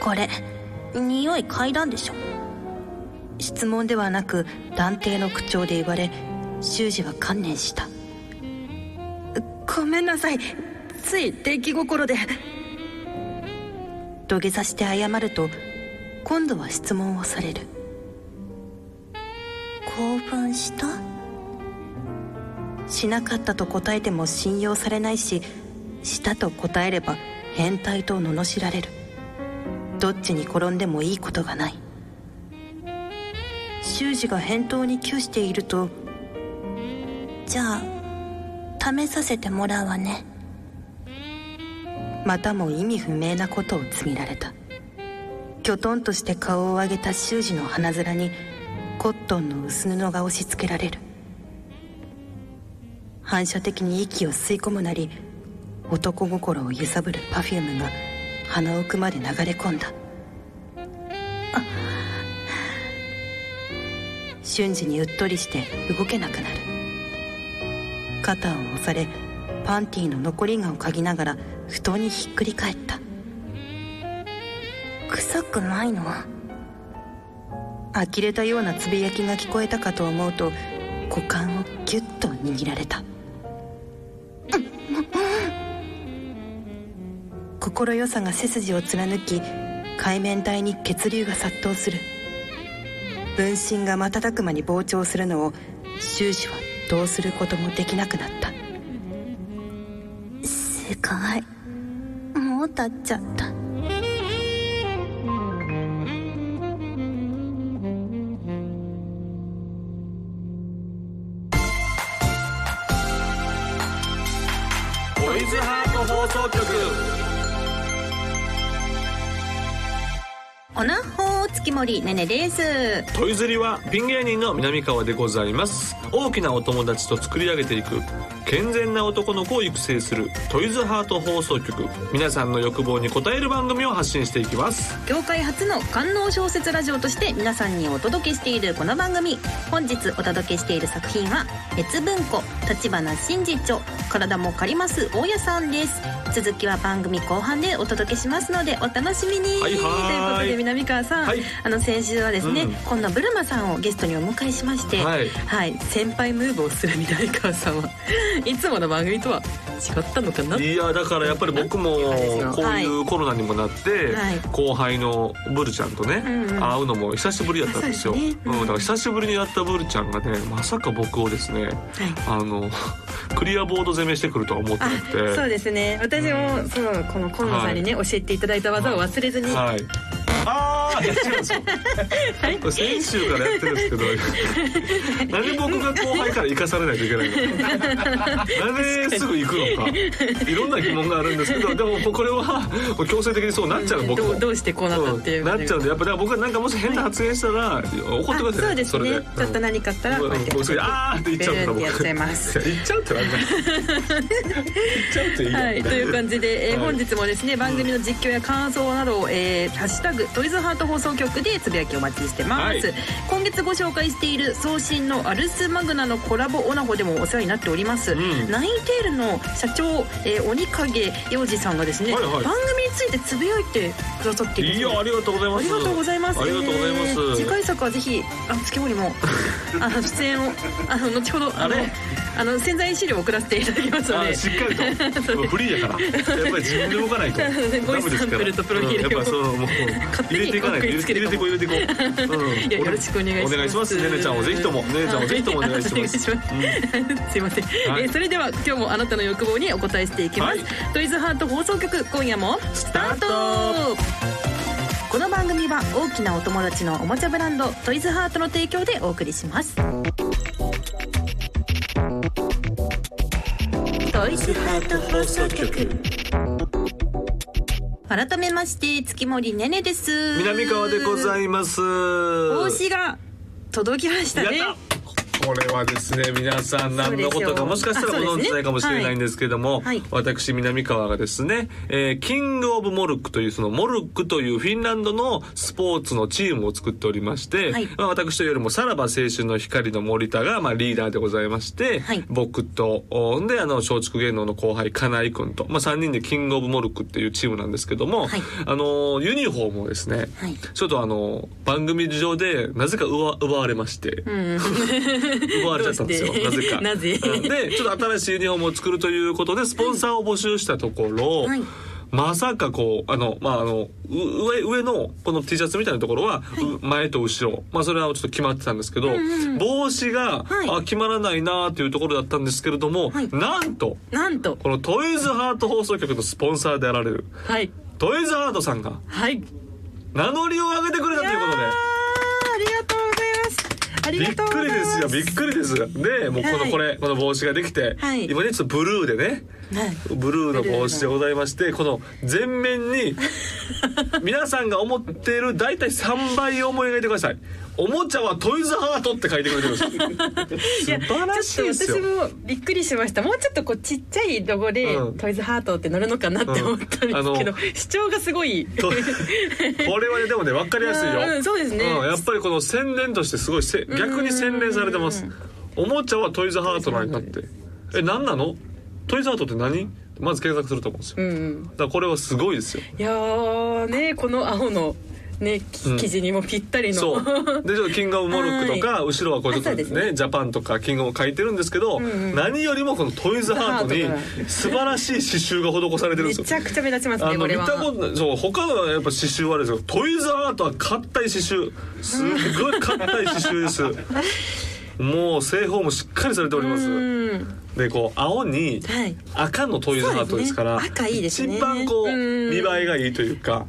これ匂い嗅いだんでしょ質問ではなく断定の口調で言われ修二は観念したごめんなさいつい出来心で土下座して謝ると今度は質問をされる興奮したしなかったと答えても信用されないししたと答えれば変態と罵られるどっちに転んでもいいことがない修二が返答に窮しているとじゃあ試させてもらうわねまたも意味不明なことを告げられたきょとんとして顔を上げた修二の鼻面にコットンの薄布が押し付けられる反射的に息を吸い込むなり男心を揺さぶるパフュームが鼻奥まで流れ込んだあ瞬時にうっとりして動けなくなる肩を押されパンティーの残りがを嗅ぎながら布団にひっくり返った臭くないの呆れたようなつぶやきが聞こえたかと思うと股間をギュッと握られた心よさが背筋を貫き海面体に血流が殺到する分身が瞬く間に膨張するのを終始はどうすることもできなくなったすごいもう経っちゃったトイズハート放送局おなほ月森ねねですトイズリはピン芸人の南川でございます大きなお友達と作り上げていく健全な男の子を育成するトイズハート放送局皆さんの欲望に応える番組を発信していきます業界初の官能小説ラジオとして皆さんにお届けしているこの番組本日お届けしている作品は別文庫立花真実著体も借ります大家さんです続きは番組後半でお届けしますのでお楽しみに、はといはーいいうことで南川さん、はいあの先週はですね、うんこんなブルマさんをゲストにお迎えしまして、はいはい、先輩ムーブをする南川さんは いつもの番組とは違ったのかな、いやだからやっぱり僕もこういうコロナにもなってはい後輩のブルちゃんとねうんうん会うのも久しぶりだったんですよ、そうですねうん、だから久しぶりに会ったブルちゃんがねまさか僕をですねはいあのクリアボード攻めしてくるとは思ってなくてあそうですね私もそうこの今野さんにね、教えていただいた技を忘れずに、はい。ああ、いや違うんですよ。 これ先週からやってるんですけど、 なんで僕が後輩から生かされないといけないの。なんですぐ行くのか。いろんな疑問があるんですけど、でもこれはもう強制的にそうなっちゃう僕どもう。どうしてこうなったっていううんなっちゃうんでやっぱだから僕はなんかもし変な発言したら怒ってくださいあそうですねちょっと何かあったらこうやって僕すぐあーって言っちゃうんだ僕ベルンってやっちゃいますや言っちゃうっ てなんだ言っちゃうっていいよはい、という感じで、えーはい本日もですね番組の実況や感想などを、えーハッシュタグトイズハート放送局でつぶやきお待ちしてます、はい今月ご紹介している送信のアルスマグナのコラボオナホでもお世話になっております、んナインテールの社長、えー鬼影洋二さんがですね、はいはい番組についてつぶやいてくださっているいいよありがとうございまあすりがとうございます。ありがとうございますえー次回作はぜひ、あ、月森 も、あの、出演を、あの、後ほど、あのあれ、あの、潜在資料を送らせていただきますのあで。しっかりと フリーやからやっぱり自分で動かないとダメですからボイスサンプルとプロフィールをうんやっぱそうもう勝手に入れていかないと入れて入れてこう入れてこう、うんいやよろしくお願いします。お願いしますねねちゃんをぜひともねねちゃんをぜひともお 願いしますはいお願いしますすいません。はいえーそれでは今日もあなたの欲望にお答えしていきます。はいトイズハート放送局今夜もススタート。この番組は大きなお友達のおもちゃブランドトイズハートの提供でお送りします。トイズハート放送局。改めまして月森ねねです。南川でございいますます。帽子が届きましたね。やったこれはですね皆さん何のことかもしかしたらご存知ないかもしれないんですけども、はいはい私南川がですね、えーキング・オブ・モルックというそのモルックというフィンランドのスポーツのチームを作っておりまして、はいまあ、私というよりもさらば青春の光の森田が、まあ、リーダーでございまして、はい僕とおんであの松竹芸能の後輩金井君と、まあ、3人でキング・オブ・モルックっていうチームなんですけども、はいあのユニフォームをですね、はいちょっとあの番組上でなぜか奪奪われまして。うん奪われちゃったんですよどうなぜして かなぜうんでちょっと新しいユニフォームを作るということでスポンサーを募集したところ、はいまさかこうあのまああのう上上のこの T シャツみたいなところは、う前と後ろまあそれはちょっと決まってたんですけど、帽子が、はいあ決まらないなというところだったんですけれども、はいなんとなんとこのトイズハート放送局のスポンサーであられるはいトイズハートさんがはい名乗りを上げてくれたということで。ありがとうございますありびがっとうごくざいりまですすよびっくりですでもうこの、はいこれこの帽子ができて、はい今ねちょっとブルーでねはいブルーの帽子でございましてこの前 面に皆さんが思っている大体3倍を思い描いてくださいおもちゃはトイズハートって書いてくれてるんです いやよ素晴らしいですよちょっと私もびっくりしましたもうちょっとこうちっちゃいロゴで、うんトイズハートって乗るのかなって思ったんですけど、うんあの主張がすごいとこれはねでもね分かりやすいよ、うんそうですねうんやっぱりこの宣伝としてすごいせ逆に洗練されてますおもちゃはトイズハートなんだってえ何なのトイズハートって何まず検索すると思うんですよ、うんうだんからこれはすごいですよいやーねこの青のねきうん生地にもぴったりの、そうでちょっとキングオブモルックとか、後ろはこうちょっとあそうねですねジャパンとかキングオブ書いてるんですけど、ん何よりもこのトイズハートトイズハに素晴らしい刺繍が施されてめるんですよちゃくちゃ目立ちますあねのこ見れはたことないそう他のはやっぱ刺繍はあれですけどトイズハートは硬い刺繍すっごい硬い刺繍 ですもう製法もしっかりされておりまうすんでこう青にはい赤のトイズハートですかそらうですね赤いいですね一番こううん見栄えがいいというか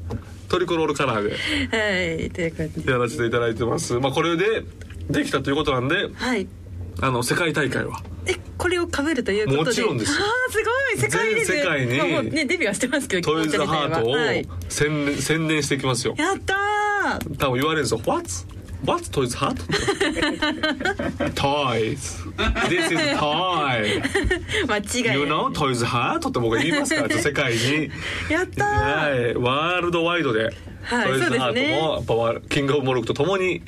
トリコロールカラーではいという感じでやらせていただいてますまあこれでできたということなんではいあの世界大会はえこれを被るということでもちろんですよあーすごい世界で全世界にまあもうねデビューはしてますけどトイズハートをおもちゃみたい宣伝宣伝していきますよなはいやったー多分言われるんですよ「What's, what's toys heart?」「Toys this is toy 間違いない you know toys heart」って僕が言いますから世界に、やったはーい、ワールドワイドで、はいトイズハートもやっぱワキングオブモルクとともに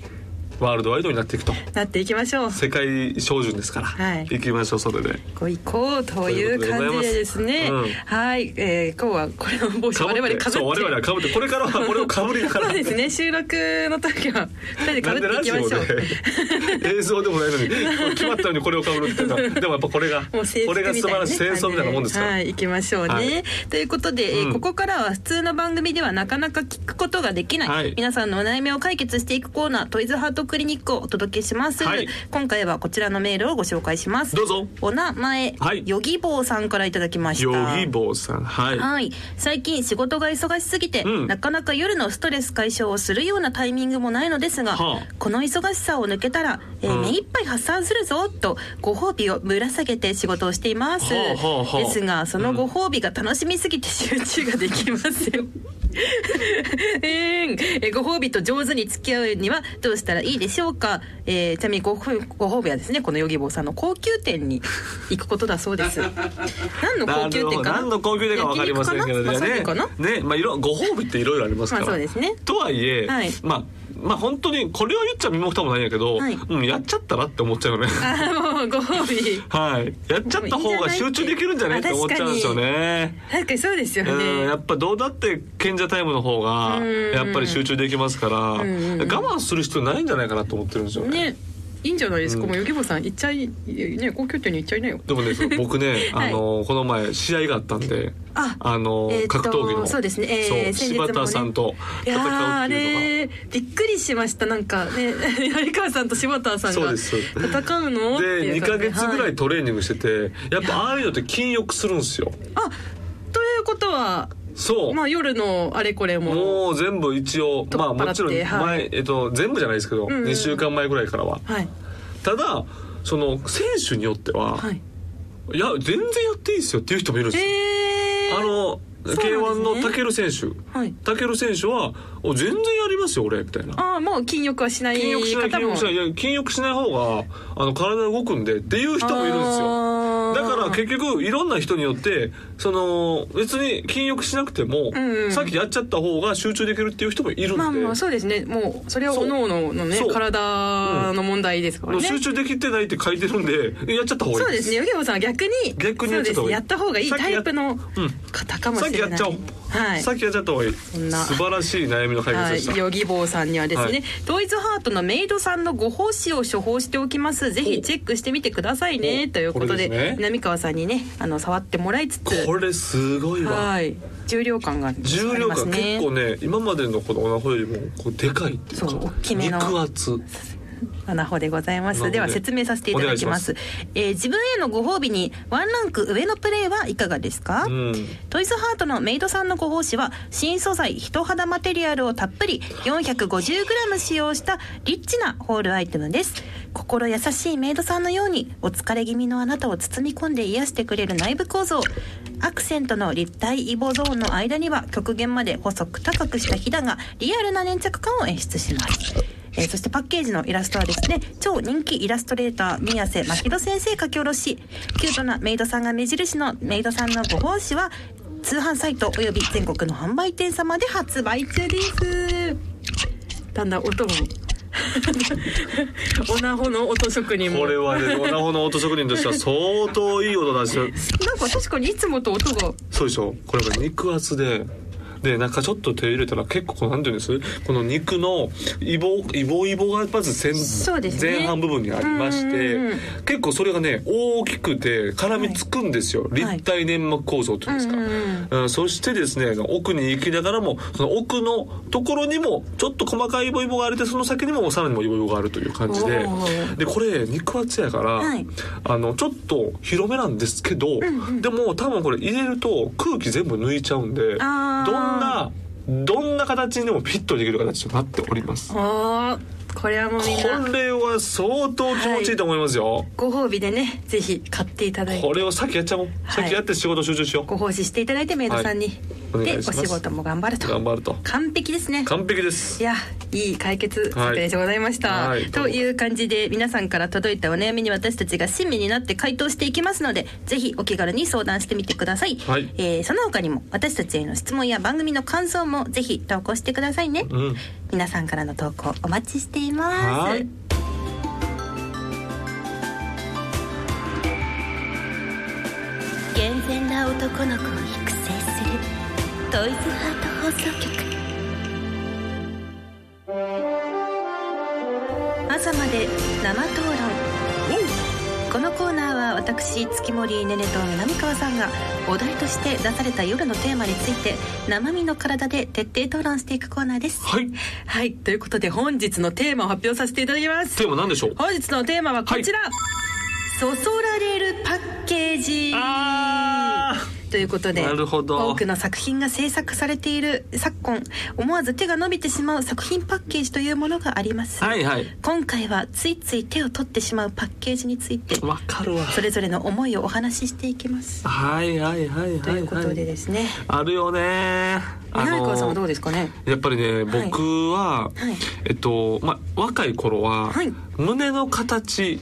ワールドワイドになっていくとなっていきましょう世界標準ですから、はい行きましょうそれで。ご行こうという感じでですねということでございますはい、えー、今日はこれの帽子被をっ我て々かぶってそう我々はかぶってこれからはこれをかぶりながらそうですね収録の時は2人でかなぶんっでていラきジましょオうで映像でもない のに決まったようにこれを被るっていうのはでもやっぱこれが、もう制こ服みれたがいな、ね、素晴らしい戦争みたいなもんですから、はい行きましょうね、はいということで、えーうんここからは普通の番組ではなかなか聞くことができない、はい皆さんのお悩みを解決していくコーナートイズハートクリニックをお届けします、はい今回はこちらのメールをご紹介しますどうぞお名前、はいヨギボーさんからいただきましたヨギボーさんはい、はい、最近仕事が忙しすぎて、うんなかなか夜のストレス解消をするようなタイミングもないのですが、はあこの忙しさを抜けたら、えーうん目いっぱい発散するぞとご褒美をぶら下げて仕事をしています、はあはあはあですがそのご褒美が楽しみすぎて集中ができませんえーんえーご褒美と上手に付き合うにはどうしたらいいでしょうか、えーちなみにご褒ご褒美はですねこのヨギボーさんの高級店に行くことだそうです何の高級店かな何の高級店か分かりませんけど焼肉ねかなまあそうかなね、まあ、いろご褒美っていろいろありますから、まあそうですねとはいえ、はいまあまあ本当にこれを言っちゃ身も蓋もないんやけど、はいうん、やっちゃったらって思っちゃうよねあもうご褒美はいやっちゃった方が集中できるんじゃないって思っちゃうんですよね確かにそうですようんねやっぱどうだって賢者タイムの方がうんやっぱり集中できますから我ん慢する必要ないんじゃないかなと思ってるんですよね。ねいいんじゃないですか、うんもうヨギボーさん行っちゃいね高級店に行っちゃいなよ でもねそう僕ね、はいあのこの前試合があったんでああの、えーと格闘技のそうですねえーそう先日もね柴田さんとい戦やうーあっていうのが。れびっくりしましたなんかね 有川さんと柴田さんそうがです戦うのってでいう2感ヶじ月ぐらはいトレーニングしててやっぱああいうのって禁欲するんですよあということはそうまあ夜のあれこれももう全部一応取っ払まあってもちろんは前えっと全部じゃないですけどんうん2週間前ぐらいからははいただその選手によってははいいや全然やっていいですよっていう人もいるんですよえー、あの、そうなんですね K1 のタケル選手はいタケル選手はお全然やりますよ俺みたいなああもう禁欲はしない禁欲しない方禁も欲しないいや禁欲しない方があの体動くんでっていう人もいるんですあよーだから結局いろんな人によってその別に禁欲しなくても、んうんさっきやっちゃった方が集中できるっていう人もいるんで、まあまあそうですねもうそれはそう各々のねそう体の問題ですからね、集中できてないって書いてるんで やっちゃった方がいいそうですねヨギボさんは逆に逆にやっちゃったそうです方がいいやった方がいいさっきタやイプのうん方かもさっしきれやないっちゃおう、はいさっきやっちゃった方がいいんな素晴らしい悩みの解決はでした、い、ヨギボーさんにはですね、はい同一ハートのメイドさんのご奉仕を処方しておきますぜひチェックしてみてくださいねおということでこれですね南川さんにねあの触ってもらいつつこれすごいわはい重量感がありますね重量感結構ね今までのこのおなほよりもこうでかいっていうかそう大きめの肉厚アナホでございまアナす。ホででは説明させていただきますおえー自分へのご褒美にワンランク上のプレイはいかがですか、うんトイズハートのメイドさんのご奉仕は新素材人肌マテリアルをたっぷり 450g 使用したリッチなホールアイテムです心優しいメイドさんのようにお疲れ気味のあなたを包み込んで癒してくれる内部構造アクセントの立体イボゾーンの間には極限まで細く高くしたひだがリアルな粘着感を演出しますえーそしてパッケージのイラストはですね超人気イラストレーター宮瀬真戸先生書き下ろしキュートなメイドさんが目印のメイドさんのご奉仕は通販サイトおよび全国の販売店様で発売中ですだんだん音も オナホの音職人もこれなんかはねおなほの音職人としては相当いい音出してる確かにいつもと音がそうでしょこれが肉厚ででなんかちょっと手入れたら結構こうなんていうんですこの肉のイボイボイボがまず先、そうですね前半部分にありましてうんうんうん結構それがね大きくて絡みつくんですよ、い立体粘膜構造というんですか、うんうんうんそしてですね奥に行きながらもその奥のところにもちょっと細かいイボイボがありでその先にもさらにもイボイボがあるという感じでおーでこれ肉厚やから、はいあのちょっと広めなんですけど、でも多分これ入れると空気全部抜いちゃうんでどんあーなどんな形にでもフィットできる形となっております。こあーこれはもうみんなれは相当気持ちいいと思いますよ。ご褒美でねぜひ買っていただいてこれを先やっちゃおう、い先やって仕事集中しよご奉仕していただいてメイドさんに、はいおで願おいします仕事も頑張るう。と頑張ると。完璧ですね完璧でいす。やいい解決策でございました、はいはいという感じで皆さんから届いたお悩みに私たちが親身になって回答していきますのでぜひお気軽に相談してみてください、はいえーその他にも私たちへの質問や番組の感想もぜひ投稿してくださいね、うん。皆さんからの投稿お待ちしていますはい健全な男の子を育成するトイズハート放送局朝まで生討論このコーナーは私月森ねねと南川さんがお題として出された夜のテーマについて生身の体で徹底討論していくコーナーですはい。はいということで本日のテーマを発表させていただきますテーマ何でしょう。本日のテーマはこちら、そそられるパッケージあということでなるほど多くの作品が制作されている昨今思わず手が伸びてしまう作品パッケージというものがあります、あ。はいはい。今回はついつい手を取ってしまうパッケージについてわかるわ。それぞれの思いをお話ししていきますはいはいはいとはいい、うことはでい。ですねあるよね。あ南川さんはどうのですかねやっぱりね、僕は、はいえっと、まあ、若い頃は、はい胸の形。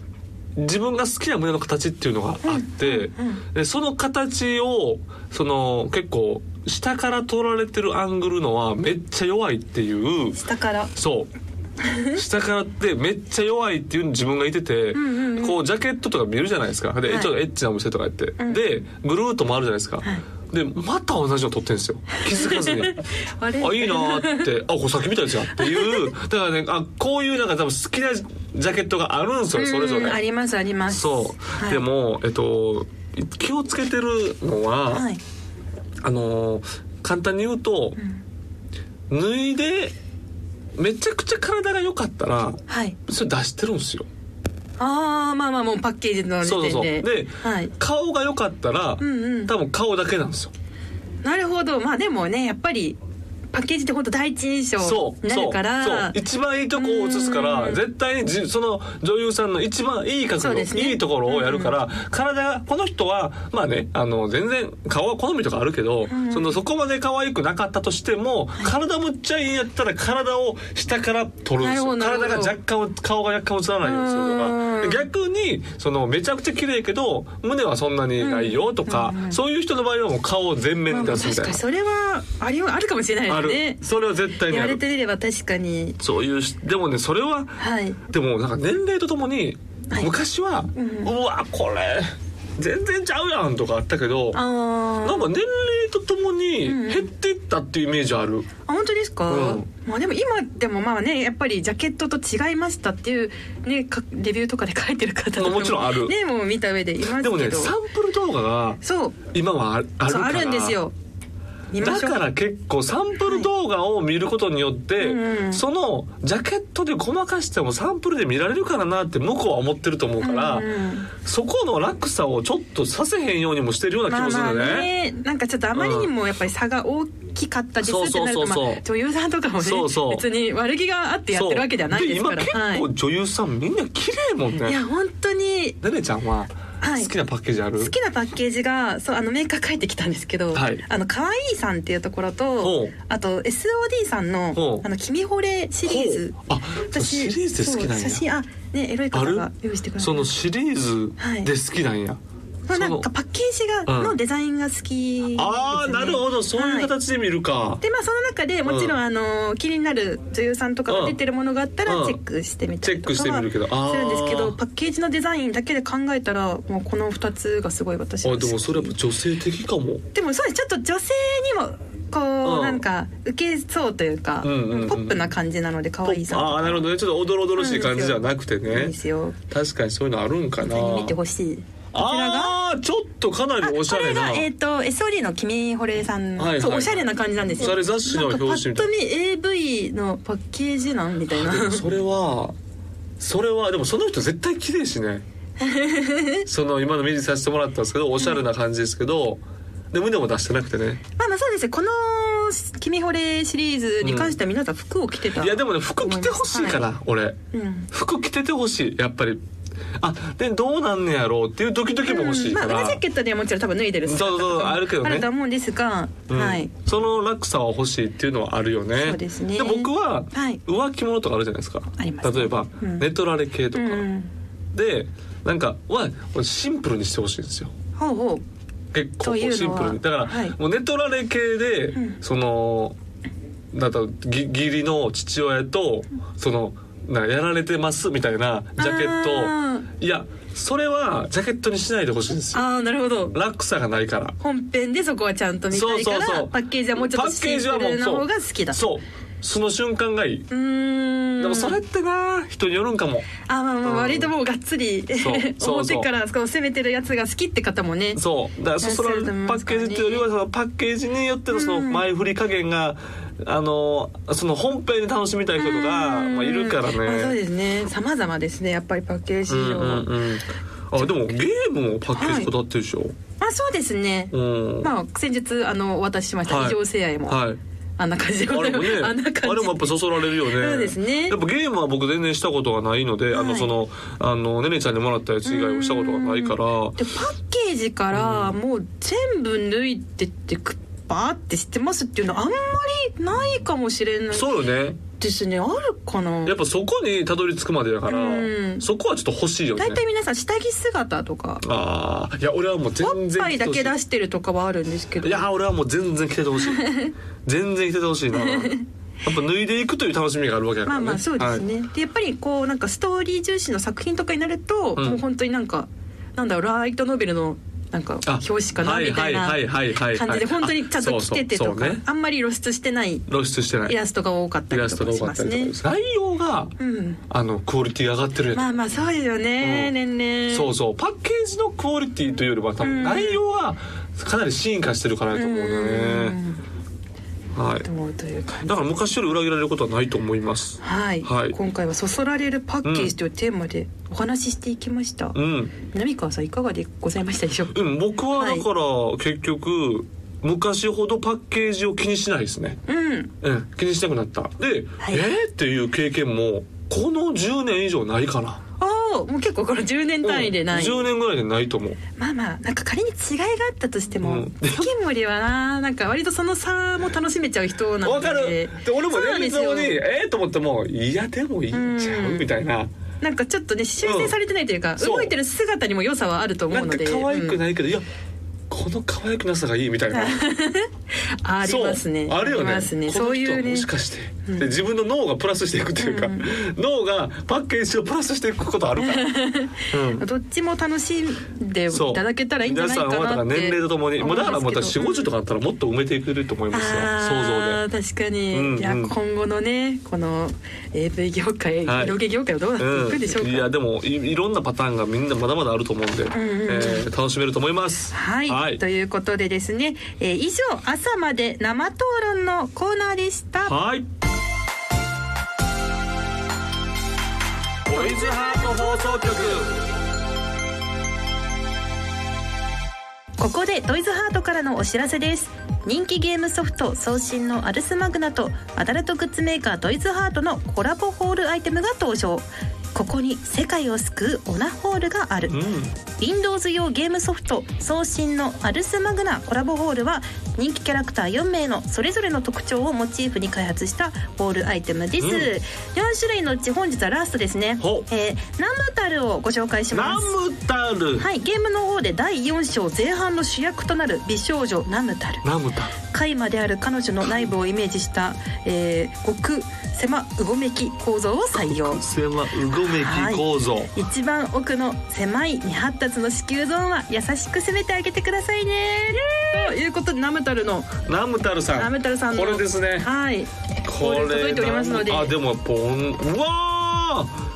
自分が好きな胸の形っていうのがあって、でその形をその結構下から取られてるアングルのはめっちゃ弱いっていう下 から そう。下からってめっちゃ弱いっていう自分がいてて、んうんこうジャケットとか見るじゃないですか。で、はいちょっとエッチなお店とか行って、でぐるーっと回るじゃないですか。でまた同じの撮ってるんですよ気づか ずにあれあいいなーってあこれさっきみたいですよっていうだからねあこういうなんか多分好きなジャケットがあるんですよそれぞうんあれりますありますそう、はいでもえっと気をつけてるのは、はいあのー簡単に言うと、脱いでめちゃくちゃ体が良かったらはいそれ出してるんですよ。ああまあまあもうパッケージの時そうそうそう点でで、はい顔が良かったら、うんうん多分顔だけなんですよ。なるほどまあでもねやっぱりパッケージって本当第一印象そうになるかそうそうら一番いいとこを映すから絶対にじその女優さんの一番いい角そう度、ですねいいところをやるから、体がこの人はまあねあの全然顔は好みとかあるけど、そのそこまで可愛くなかったとしても体むっちゃいいんやったら体を下から撮るんですよなるほど体が若干顔が若干映らないようにするとかうんで逆にそのめちゃくちゃ綺麗やけど胸はそんなにないよとか、そういう人の場合はもう顔を全面にまあ出すみ確かに。たいなそれはありあるかもしれないであするねそれは絶対に言あわれるてみれば確かにそういうしでもねそれははいでもなんか年齢とともに、はい昔は、うわこれ全然ちゃうやんとかあったけどあなんーか年齢とともにん減っていったっていうイメージある、あ本当ですか、うんまあでも今でもまあねやっぱりジャケットと違いましたっていうねかレビューとかで書いてる方とかもちろんあるねもう見た上でいますけどでもねサンプル動画がそう今はあるあるそうからあるんですよ見まだしょうから結構サンプル動画を見ることによって、うんうんそのジャケットでごまかしてもサンプルで見られるからなって向こうは思ってると思うから、うんうんそこの落差をちょっとさせへんようにもしてるような気まあもするまよあねね。なんかちょっとあまりにもやっぱり差が大きかったですってなるそと、うそうまそうそうあ、女優さんとかもねそうそう別に悪気があってやってるわけじゃないですからそうで今はい結構女優さんみんな綺麗もんいねや本当にねねちゃんははい好きなパッケージある、好きなパッケージがそうあのメーカー書いてきたんですけど、はいあの可愛いさんっていうところほとうあと SOD さんほのうあの君惚れシリーズほうあシリーズで好きなんそう写や真あねエロいあ方るが用意してくれたそのシリーズで好きなんや、まあそなのんかパッケージが、うんのデザインが好きです、ね、ああなるほどそういうは形で見るか、でまあその中でもちろん、うんあの気になる女優さんとかが出てるものがあったらうんチェックしてみたりとか、チェックしてみるけどあーするんですけどパッケージのデザインだけで考えたらもうこの二つがすごい私はあ好きでもそれやっぱ女性的かもでもそうですちょっと女性にもこう、うんなんか受けそうというか、うんうんうんポップな感じなので可愛いさああーなるほどねちょっとおどろおどろしい感じじゃなくていいねですよ確かにそういうのあるんかな本当に見てほしいこちらがああちょっとかなありおしゃれなこれがえっ、と SOD の君惚れさん、はいはいそうおしゃれな感じなんですよおしゃれ雑誌の表紙みたないんかパッと見 AV のパッケージなんみたい なでもそれはそれはでもその人絶対綺麗 しねその今の見させてもらったんですけどおしゃれな感じですけど、で胸も出してなくてねまあまあそうですねこの「君惚れ」シリーズに関しては皆さん服を着てた、いやでもね服着てほしいから、俺うん服着ててほしいやっぱりあでどうなんねやろうっていうドキドキも欲しいから、うんまあ、裏ジャケットにはもちろん多分脱いでる姿とかそうそうそうあるけどねあると思うんですが、うんはいその落差は欲しいっていうのはあるよねそうですね僕ははい浮気者とかあるじゃないですか、ありますね例えば、うん寝取られ系とうか、んうんでなんかはシンプルにしてほしいんですよほうほう結構というのはシンプルにだから、はいもう寝取られ系で、うんそのだとぎ義理の父親とそのなんかやられてますみたいなジャケッあートいやそれはジャケットにしないでほしいんですよあーなるほど落差がないから本編でそこはちゃんと見たいからそうそうそうパッケージはもうちょっとシンプルな方が好きだうそうその瞬間がいい、ーんでもそれってな人によるんかもあまあまあ割ともうがっつり そうそうそう表からこう攻めてるやつが好きって方もねそうだからそそいらっしゃるのと思いパまッすかケらーねジっていうよりはそのパッケージによってのそのうん前振り加減が、あのその本編で楽しみたい人とか、うんまあ、いるからね。まあそうですね様々ですねやっぱりパッケージうん上うんうんあでもゲームもパッケージこだわってるでしょ。まあそうですねうん。まあ先日あのお渡ししました、はい異常性愛も、はい。あんな感じであござれいもまね、すああんな感れじもやっぱそそられるよね。そうですねやっぱゲームは僕全然したことがないので、あはのいそのあのねねちゃんにもらったやつ以外をしたことがないでから、パッケージからもう全部脱いでってくバーってしてますっていうのあんまりないかもしれないそうよね。ですねあるかなやっぱそこにたどり着くまでだから、うんそこはちょっと欲しいよね。大体皆さん下着姿とかああいや俺はもう全おっ然ぱいだけ出ししてるとかはあるんですけどいや俺はもう全然着てて ほしい全然着ててほしいなやっぱ脱いでいくという楽しみがあるわけだかまあまらねあそうですはいね、でやっぱりこうなんかストーリー重視の作品とかになると、うんもう本当になんかなんだろうライトノベルのなんかあ表紙かなはいみたいなはいはいはいはい感じで本当にちゃんと着ててとあそうそかうそうねあんまり露出してない露出してないイラストが多かったイりラとストかが多しかっまたすりとかねで。す内容がうん、あのクオリティ上がってるやつ、まあまあそうですよね、うん年々そうそうパッケージのクオリティというよりは多うん分内容がかなり進化してるからやと思うんだよね、はい、どうという感じだから昔より裏切られることはないと思いますはい、はい今回は「そそられるパッケージ」というテーマでお話ししていきました、うん南川さんいかがでございましたでしょうかうん、僕はだから結局、昔ほどパッケージを気にしないですね、うんうん、気にしなくなったで、えーっていう経験もこの10年以上ないかなおおもう結構これ10年単位でない、うん10年ぐらいでないと思うまあまあなんか仮に違いがあったとしてうもん関森はななんか割とその差も楽しめちゃう人なわのでかるで俺もそうなんで年す末よのにえー、と思ってもいやでもいいんちゃううんみたいななんかちょっとね修正されてないというか、んそう動いてる姿にも良さはあると思なうんのかで可愛くい、ないけど、いやこの可愛くなさがいいみたいなうん ありますねそうあるよねりますねこのそう人いはうねもしかして、うんで自分の脳がプラスしていくというか、うん脳がパッケージをプラスしていくことある から、うんどっちも楽しんでいそうただけたらいいんじゃ皆ないさかんなってはだから年齢とともにもうだからまた4 5 0かとかあったらもっと埋めていけると思いますよ想像あで。ー確かに、うんうんいや今後のねこの AV 業界、はい色気業界はどうなっていくんでしょううん、か、いやでもいいろんなパターンがみんなまだまだあると思うんで、んうんえー楽しめると思います。はい、はいということでですね、えー以上朝まで生討論のコーナーでしたはい。ボイズハート放送局。ここでトイズハートからのお知らせです人気ゲームソフト送信のアルスマグナとアダルトグッズメーカートイズハートのコラボホールアイテムが登場ここに世界を救うオナホールがある、うん。 Windows 用ゲームソフト送信のアルスマグナコラボホールは人気キャラクター4名のそれぞれの特徴をモチーフに開発したホールアイテムです、うん4種類のうち本日はラストですねほうえー、ナムタルをご紹介しナますムタル。はい、ゲームの方で第4章前半の主役となる美少女ナムタルナムタル。海馬である彼女の内部をイメージした、えー、極狭うごめき構造を採用線はうごめき構造。一番奥の狭い未発達の子宮ゾーンは優しく攻めてあげてくださいねということでナムタルのナムタルさん。ナムタルさんのこれですね。はいここれ届いておりますのであでもポンうわー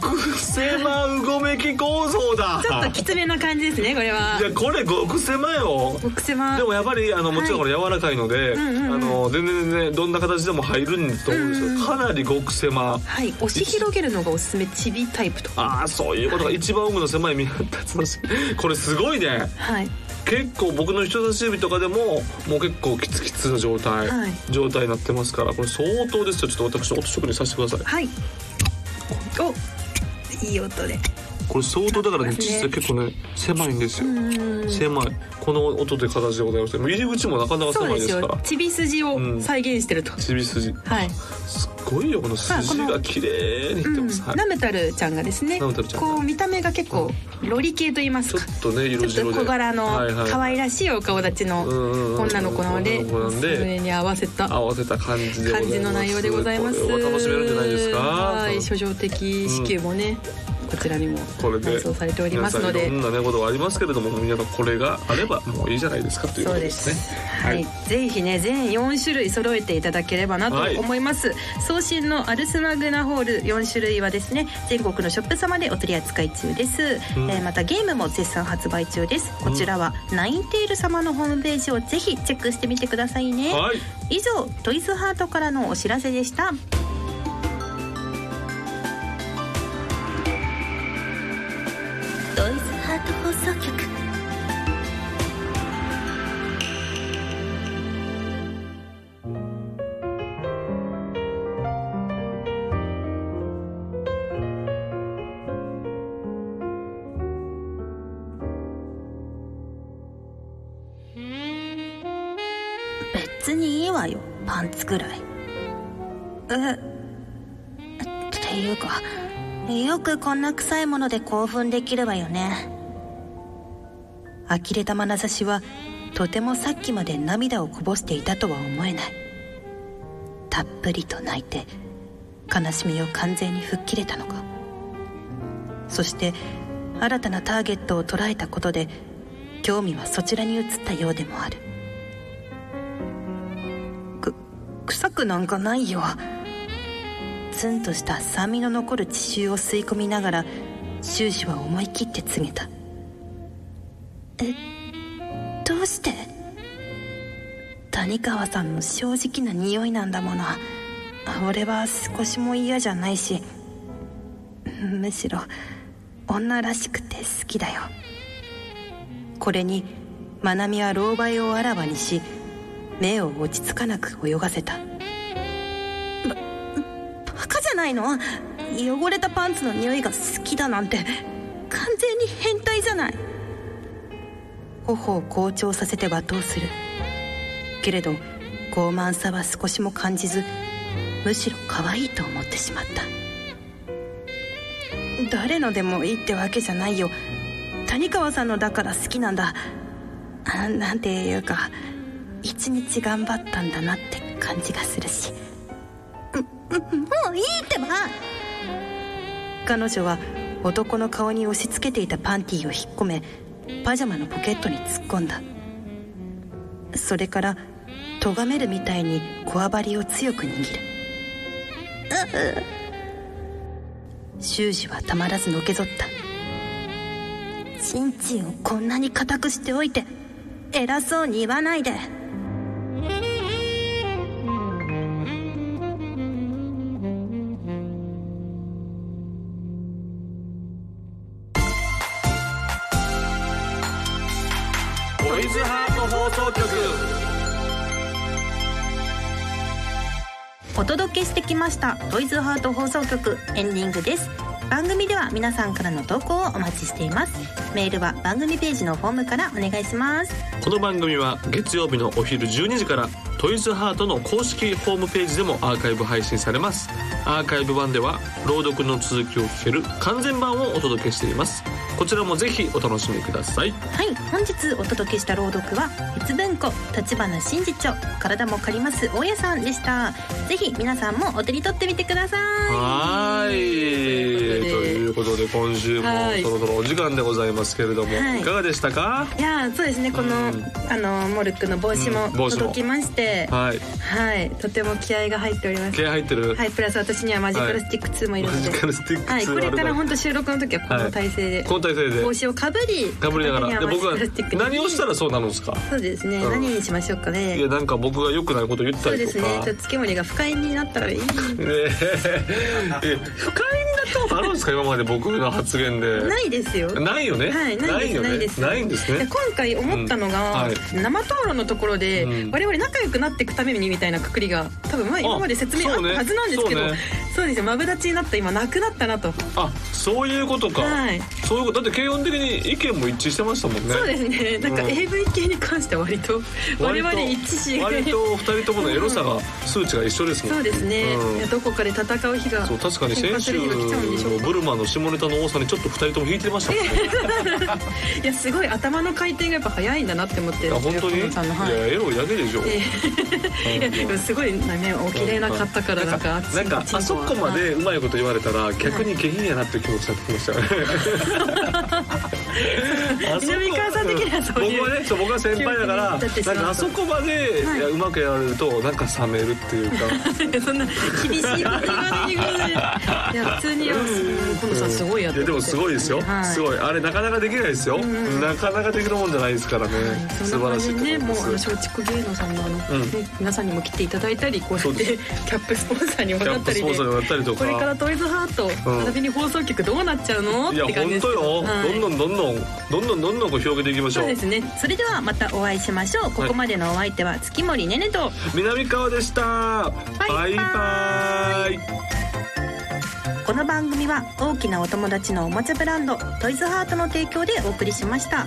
極狭うごめき構造だちょっときつめな感じですねこれはいやこれ極狭よ極狭でもやっぱりあのもちろんこれ柔らかいので、んうんうんあの全然全然どんな形でも入るんだと思うんですよ、うんうんかなり極狭はい押し広げるのがおすすめチビタイプとかああそういうことが一番奥の狭い見方つのしこれす ごいねはい結構僕の人差し指とかでももう結構キツキツな状態、はい状態になってますからこれ相当ですよちょっと私音職にさせてくださいはいおいい音でこれ相当だからねそうですね実際結構ね狭いんですよ、うん狭いこの音で形でございます入り口もなかなかそう狭いでですすからよチビ筋を再現してると、ちび筋はい、すっごいよこの筋まあこがの綺麗にいってうまんす、はい、ナムタルちゃんがですねナこムタルちゃんがう見た目が結構ロリ系と言いますちょかっとね色ちょ白っでと小柄のはいはい可愛らしいお顔立ちのうんうんうん女の子なので女の子なんそでれに合わせた合わせた感じでございます感じの内容でございますこれは楽しめるんじゃないですかはい諸情的支給もね、こちらにもこ放れで送されておりますので皆さんいろんなねことがありますけれども皆さんこれがあればもういいじゃないですかというこそうとでですすねはい、ぜひね全4種類揃えていただければなと思います、送信のアルスマグナホール4種類はですね全国のショップ様でお取り扱い中です、うんえーまたゲームも絶賛発売中ですこちらはナインテール様のホームページをぜひチェックしてみてくださいね、はい以上トイズハートからのお知らせでしたドイツハート放送局別にいいわよパンツくらいえっていうかよくこんな臭いもので興奮できるわよね呆れた眼差しはとてもさっきまで涙をこぼしていたとは思えないたっぷりと泣いて悲しみを完全に吹っ切れたのかそして新たなターゲットを捉えたことで興味はそちらに移ったようでもあるく臭くなんかないよツンとした酸味の残る血臭を吸い込みながら修士は思い切って告げたどうして谷川さんの正直な匂いなんだもの俺は少しも嫌じゃないしむしろ女らしくて好きだよこれにまなみは狼狽をあらわにし目を落ち着かなく泳がせたバカじゃないの汚れたパンツの匂いが好きだなんて完全に変態じゃない頬を好調させて罵倒するけれど傲慢さは少しも感じずむしろ可愛いと思ってしまった誰のでもいいってわけじゃないよ谷川さんのだから好きなんだあなんていうか一日頑張ったんだなって感じがするしうもういいってば彼女は男の顔に押し付けていたパンティーを引っ込めパジャマのポケットに突っ込んだそれからとがめるみたいにこわばりを強く握る修士はたまらずのけぞったチンチンをこんなに固くしておいて偉そうに言わないでボイズハート放送局お届けしてきましたトイズハート放送局エンディングです番組では皆さんからの投稿をお待ちしていますメールは番組ページのフォームからお願いしますこの番組は月曜日のお昼12時からトイズハートの公式ホームページでもアーカイブ配信されますアーカイブ版では朗読の続きを聞ける完全版をお届けしていますこちらもぜひお楽しみくださいはい本日お届けした朗読は鉄文庫立花真嗣著体も借ります大家さんでしたぜひ皆さんもお手に取ってみてくださいはーいということで今週もはいそろそろお時間でございますけれども、はいい、かがでしたかいやーそうですねこの、うんあのモルックの帽子うもん帽子も届きまして、はいはいとても気合が入っております気合入ってる、はいプラス私にはマジカルスティック2もいるマのジで、カルスティックはい、こ2れあるからら本当収録の時はこの体勢で、この体勢で帽子をかぶりかぶりながらで片手に僕ははマジカルスティックに何をしたらそうなるんですかそうですね、うん何にしましょうかいやねなんか僕が良くないこと言っそたうりでとすかねちょっとつけもりが不快になった らいいねええ不快になったことあるんですか今まで僕の発言でないですよないよね、はい、ないですよねないですないんですね今回思ったのが、うんはい生討論のところで、うん我々仲良くなっていくためにみたいなくくりが多分まあ今まで説明あったはずなんですけどそそうう,、ねですよマブダチになった今なくなったなと、あそういうことか、はいそういうことだって基本的に意見も一致してましたもんねそうですねなんかうん AV 系に関しては割と我割々と一致し割と二人とものエロさが数値が一緒ですもんそうですね、うんいやどこかで戦う日がそう確かに喧嘩す先週る日が来ちゃうんでしょうのかブルマの下ネタの多さにちょっと二人とも引いてましたもんねいやすごい頭の回転がやっぱ早いんだなって思っていや本当に横い山さんのはいやエロいだけでしょ、え いやでもすごいねお綺麗な方からなんかなんかあそこまでうまいこと言われたら逆に下品やなっていう気持ちになってきましたよねあそこ南川さん的にはそういう僕はねそう僕は先輩だから記憶になってしなまんうかあそこまで、はいいやうまくやられるとなんか冷めるっていう かそんな厳しいこと言わないでください。いや普通に今野さんすごいやっいてやでもすごいですよ、はいすごいあれなかなかできないですよ、なかなかできるもんじゃないですからね、そ素んな晴感らしじいでね、と思もういあのます松竹芸能さんのあの、うんね皆さんにも来ていただいたり、こうやってキそャップスポンサーにもキャなっッたプスりポンで、サーこになったりとかれからトイズハートうん再びに放送局どうなっちゃうのっいてや感じです本当けど。よ、はいどんどんどんどんどんどんどんどんこう広げていきましょそううですね。それではまたお会いしましょう。ここまでのお相手は月森ねねと。南川でしたババイイババイこの番組は大きなお友達のおもちゃブランドトイズハートの提供でお送りしました。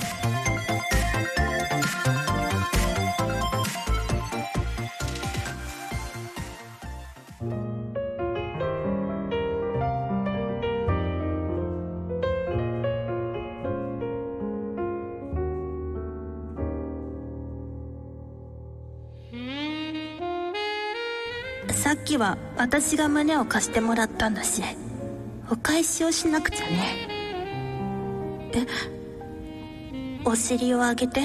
さっきは私が胸を貸してもらったんだしお返しをしなくちゃねえお尻を上げて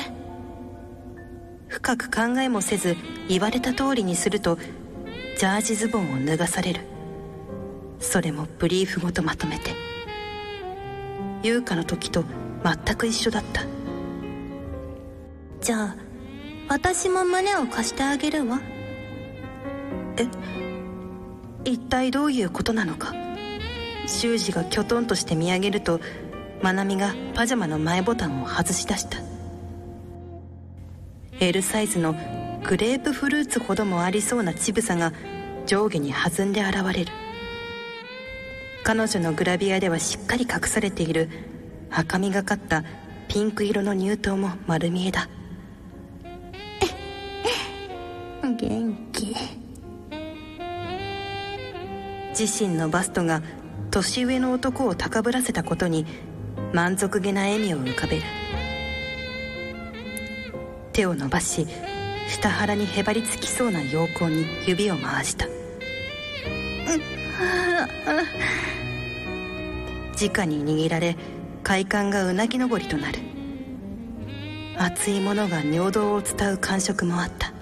深く考えもせず言われた通りにするとジャージズボンを脱がされるそれもブリーフごとまとめて優香の時と全く一緒だったじゃあ私も胸を貸してあげるわ一体どういうことなのか修二がきょとんとして見上げると愛美がパジャマの前ボタンを外し出した L サイズのグレープフルーツほどもありそうな乳房が上下に弾んで現れる彼女のグラビアではしっかり隠されている赤みがかったピンク色の乳頭も丸見えだ元気自身のバストが年上の男を高ぶらせたことに満足げな笑みを浮かべる手を伸ばし下腹にへばりつきそうな陽光に指を回した直に握られ快感がうなぎ登りとなる熱いものが尿道を伝う感触もあった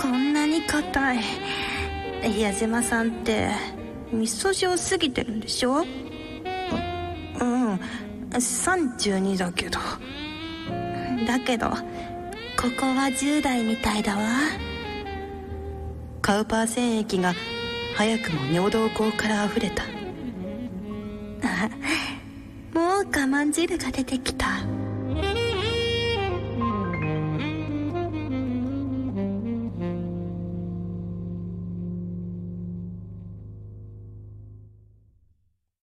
こんなに硬い矢島さんって味噌汁過ぎてるんでしょううん32だけどだけどここは10代みたいだわカウパー腺液が早くも尿道口から 溢れたもう我慢汁が出てきた